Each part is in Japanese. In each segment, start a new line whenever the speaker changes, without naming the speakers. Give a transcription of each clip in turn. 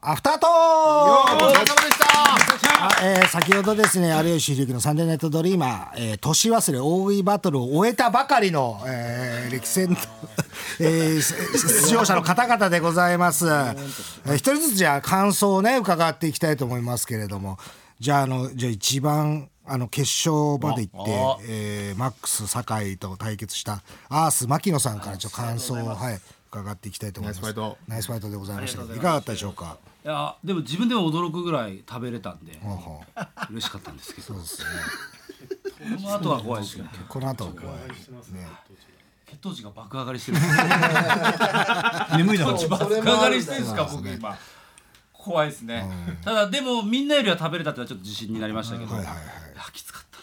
アフタートーク
お疲れ様でした
あえー先ほどですね有吉弘行の「サンデーナイトドリーマー」えー年忘れ大食いバトルを終えたばかりの、えー、歴戦の、 えーす出場者の方々でございます、えー、一人ずつじゃあ感想をね伺っていきたいと思いますけれどもじゃああのじゃあ一番あの決勝まで行
ああ
って、えーマックス酒井と対決したアース牧野さんからちょっと感想をはい伺っていきたいと思います
ナイスファイト
ナイスファイトでございましたけどいかがだったでしょうか
いやでも自分でも驚くぐらい食べれたんで
ほうほう
嬉しかった んですけど
そうですね
この後は怖いですよ
この後は怖いね
血糖値が爆上がりし てる眠いだろ血糖値爆上がりしてるんですか僕今怖いですねただでもみんなよりは食べれたってのはちょっと自信になりましたけど
はい
い
はい
や
はい
きつかった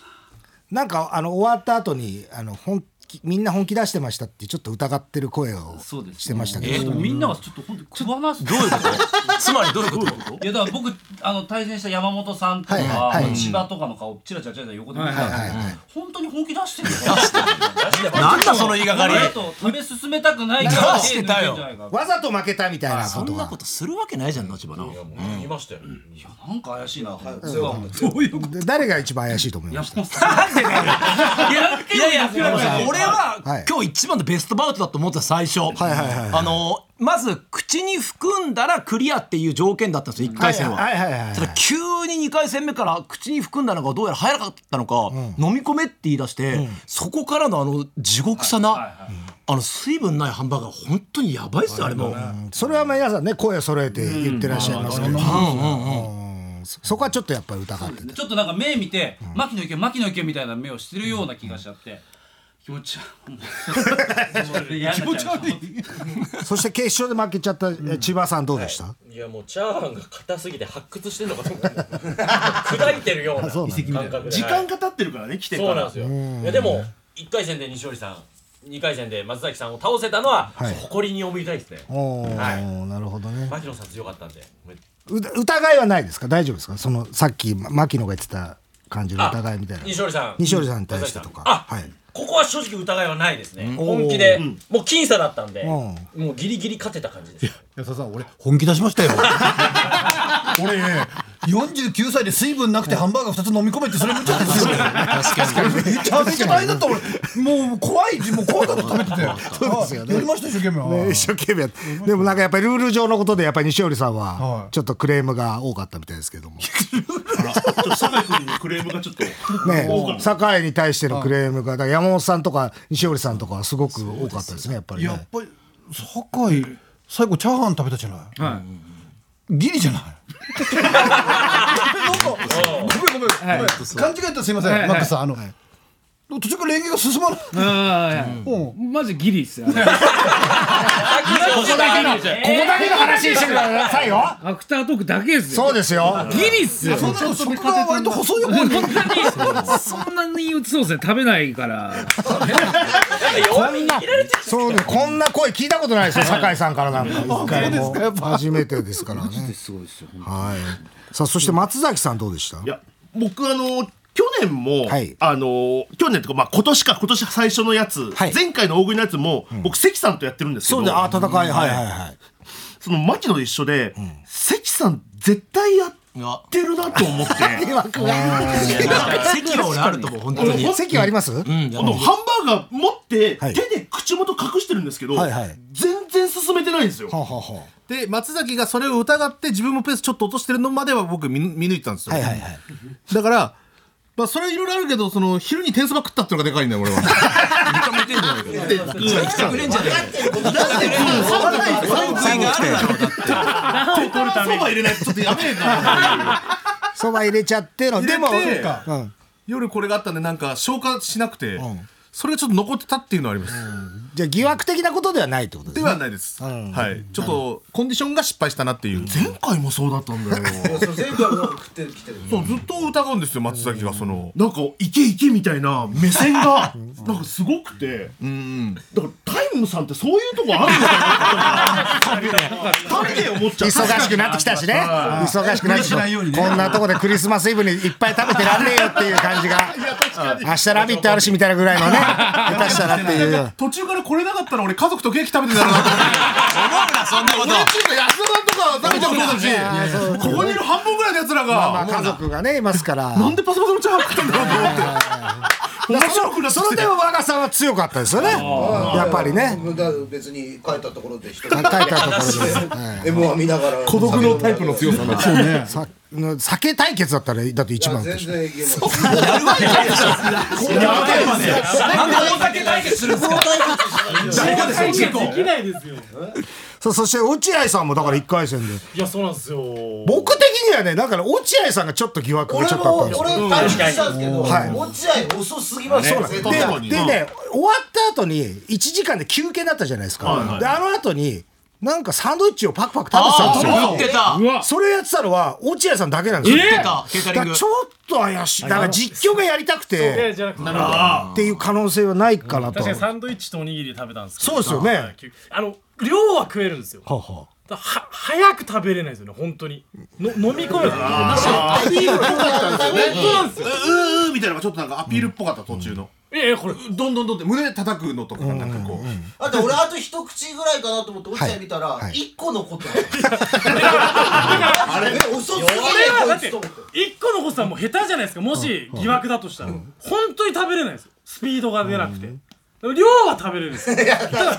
な
なんかあの終わった後にあの本気みんな本気出してましたってちょっと疑ってる声を
そうですね
してましたけ
えー
ど、
とみんながちょっと本当に食わなすどういうこと
つまりどういうこと
いやだから僕あの対戦した山本さんとか、
はいはいはい
千葉とかの顔チラチラチラチラ横で見てたんですけど、本当に本気出してるよ
なんだその言いがかり
この後食べ進めたくないから
出してたよ
手抜いてんじゃないか
わざと負けたみたいな
そ
こと
んな
は
ことするわけないじゃん後花
言いましたよ。
なんか怪しいな早く世話もどういうこ
で
と
誰が一番怪しいと思いま
山
した
本さん
いやいやいや俺
はい
は今日一番のベストバウトだと思ってた最初
はいはい
あのまず口に含んだらクリアっていう条件だったんですよ1回戦
はいはい
は
はいはいはい
ただ急に2回戦目から口に含んだのがどうやら入らなかったのか飲み込めって言い出してそこからのあの地獄さなあの水分ないハンバーガー本当にやばいっすよあれもう
それは皆さんね声を揃えて言ってらっしゃいますけど、うんそそこはちょっとやっぱり疑ってて
ちょっとなんか目見て牧野意見牧野意見みたいな目をしてるような気がしちゃって気持ち悪い気持ち悪い
そして決勝で負けちゃったえ千葉さんどうでした、
いやもうチャーハンが硬すぎて発掘してんのかと思 った。砕いてるような
そう
感
なんだ
覚で。
時間が経ってるからね来てか
そうなん
ら
ですよ。いやでも一回戦で西織さん、二回戦で松崎さんを倒せたのは
はい
誇りに思いたいですね。
おお、
は
なるほどね
牧野さん強かったんで。
う疑いはないですか大丈夫ですかそのさっき牧野が言ってた感じの疑いみたいな
西織さん。
西織さんに対してとか
松崎さん
はい
あ、ここは正直疑いはないですね。本気で、もう僅差だったんで、も
う
うギリギリ勝てた感じです。
安田さん俺
本気出しましたよ
俺ね49歳で水分なくてハンバーガー2つ飲み込めってそれ無茶ですよめちゃめちゃ大変だった俺もう怖いもう怖かった食べててそうですよねやりました一生懸命
一生懸命やってでもなんかやっぱりルール上のことでやっぱり西織さんは
はい
ちょっとクレームが多かったみたいですけども、
ちょっと酒井君のクレームがちょっと
ね酒井に対してのクレームがだから山本さんとか西織さんとかはすごく多かったですねやっぱり
やっ
ね
ぱり酒井最後チャーハン食べたじゃない、はい、ギリじゃないなんかごめんごめんごめん勘違いだったらすいません、マックスさんあの、途中から連携が進まない
うん、マジギリっすよ。
ここだけの話してくださいよ
アフタートークだけっすよ。
そうですよ
ギリっすよ。
そんなの食が割と細い方に
そんなにそうですね食べないから。
そうですこんな声聞いたことないですよ酒井さんからなんか一回も初めてですからねすごいですよはいさあそして松崎さんどうでした
いや僕あの去年も、
はい
あの去年とか、まあ、今年か今年最初のやつ、
はい
前回の大食いのやつも、僕関さんとやってるんですけ
そ
ど
うであ戦いはいはいはい
その牧野と一緒で、関さん絶対やってるなと思って
席は俺あると思う本当に
席はあります、
あのハンバーガー持って、
はい
手で口元隠してるんですけど、
はいはい
全然進めてないんですよ。
はあはあは
で松崎がそれを疑って自分もペースちょっと落としてるのまでは僕見見抜いてたんです
あ
よ、
はいはいはい
だからまあそれはいろいろあるけどその昼に天そば食ったってのがでかいんだよ俺は
生きてくれんじゃねえか最後来て
そば入れちゃってのでも
入れて
そうかうん
夜これがあったんでなんか消化しなくて、それがちょっと残ってたっていうのはあります、
じゃあ疑惑的なことではないってことで
です
ね
はないです、はいちょっとコンディションが失敗したなっていう、
前回も そうだったんだよ。
そうずっと疑うんですよ松崎がその、
なんか、いけいけみたいな目線が、なんかすごくて、だからタイムさんってそういうとこあるんです かね影思っちゃう
忙しくなってきたしね忙しくなってきたこんなとこでクリスマスイブにいっぱい食べてらんねえよっていう感じが明日「ラビット!」あるしみたいなぐらいの ね下手したらっていう
途中から来れなかったら俺家族とケーキ食べてたろう なと思って
そんなこと
俺っちゅうか安田さんとか食べたことだしいやいやここにいる半分ぐらいのやつらが、
まあ家族がねいますから
なんでパソコンのチャーハン食ったんだろうと思って面白くなって
その
きて
点は若さんは強かったですよねやっぱりね
だから別に帰ったところで一人
書いたところ で
M1 見ながら
孤独のタイプの強さな
さの酒対決だったらだって一番
全
でしょ
然いけます
そそして落合さんもだから1回戦で
いやそうなんですよ
僕的にはねだから落合さんがちょっと疑惑が
俺
ちょっとあったん
も
ですよ
俺対決したんですけど
はい
落合遅すぎましたよ絶対
そうなん
ででね終わった後に1時間で休憩になったじゃないですか、であの後になんかサンドイッチをパクパク食べてたんですよ
言ってた
うわ
それやってたのは落合さんだけなんですよ、
言ってたケータ
だから
リング
ちょっと怪しいだから実況がやりたくて
えじゃなくて
っていう可能性はないかなと、
確かにサンドイッチとおにぎり食べたんですけど
そうですよね
はいあの量は食えるんですよ
はは
だは早く食べれないですよね本当にの飲み込めばなんか
うううみたいなのがちょっとなんかアピールっぽかった途中の、
いやいやこれ
どんどんどんって胸叩くのとかなんかこう、
だって俺あと一口ぐらいかなと思って落合見たら
はい
一個残ってたあれ遅すぎね
は
こ
だっ
い
て
つと思って
一個のことはもう下手じゃないですかもし疑惑だとしたら本当に食べれないですよスピードが出なくて量は食べれるんですよだか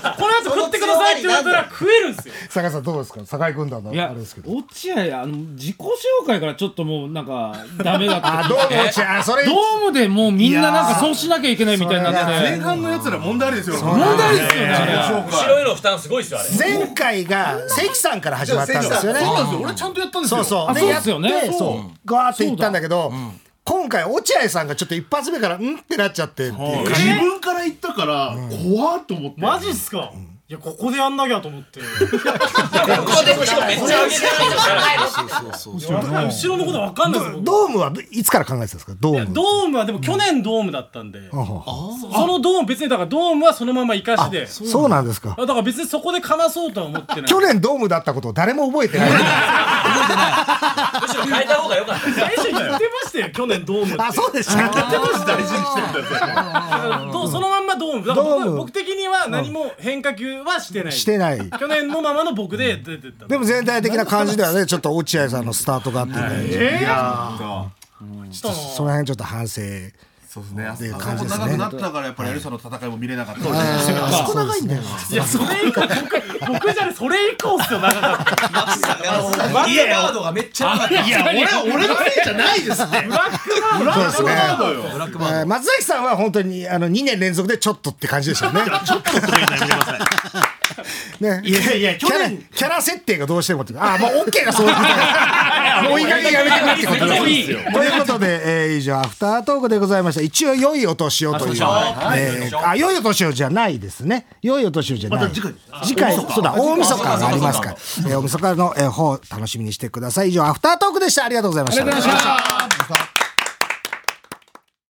らこの後食ってくださいって言われたら食えるんですよ
酒井さんどうですか酒井軍団の
い
あ
や
れですけど
落合あの自己紹介からちょっともうなんかダメだった
あどうも落合あそれ
ドームでもうみんななんかそうしなきゃいけないみたいにな
それ
っ
前
てて
半のやつら問題ありですよ問
問題ですよねあれ
白いの負担すごいですよあれ
前回が関さんから始まったんですよね
そうなんですよ俺ちゃんとやったんです
そ
よ
うそう
あそうですよね
やって
そう
そうガーっていったんだけど今回落合さんがちょっと一発目からうんってなっちゃってっていう
自分から言ったから怖っと思って
マジっすかいやここでやんなきゃと思って
ここでしかもめっちゃ上げてないですから
後ろのことわかんないです僕
ドームはいつから考えてたんですかドーム
ドームはでも去年ドームだったんでそそのドーム別にだからドームはそのまま生かしで
そうなんですか
あだから別にそこでかまそうとは思ってない
去年ドームだったことを誰も覚え てない
むしろ変えた方が良かったです
最初言ってましたよ去年ドームって
あそうでした
どそのまんまドームだから
ドー
僕
ム
僕的には何も変化球はしてない
してない
去年のままの僕で出てった
でも全体的な感じではねちょっと落合さんのスタートがあってね
ええ
その辺ちょっと反省
そうですねあそ
いう
こ
感じですね
長くなったからやっぱりエルサの戦いも見れなかった
あそこ長いんだよない
やそれ以降僕僕じゃねそれ以降っすよ長かった
マリオカードがめっちゃ長かった
俺のせいじゃないですって
そうですねえー松崎さんは本当にあの2年連続でちょっとって感じでしたよね ちょっとって言いなさいね
いやいや
キ
去
ャラ
年
キャラ設定がどうしてもってああもう OK がそういう こともういい加減やめてくれってことですということで、えー以上アフタートークでございました一応良いお年をというえーあ良いお年をじゃないですね良いお年をじゃない、次回そうだ大晦日がありますからえー大晦日の、えー方楽しみにしてください以上アフタートークでしたありがとうございました
ありがとうございました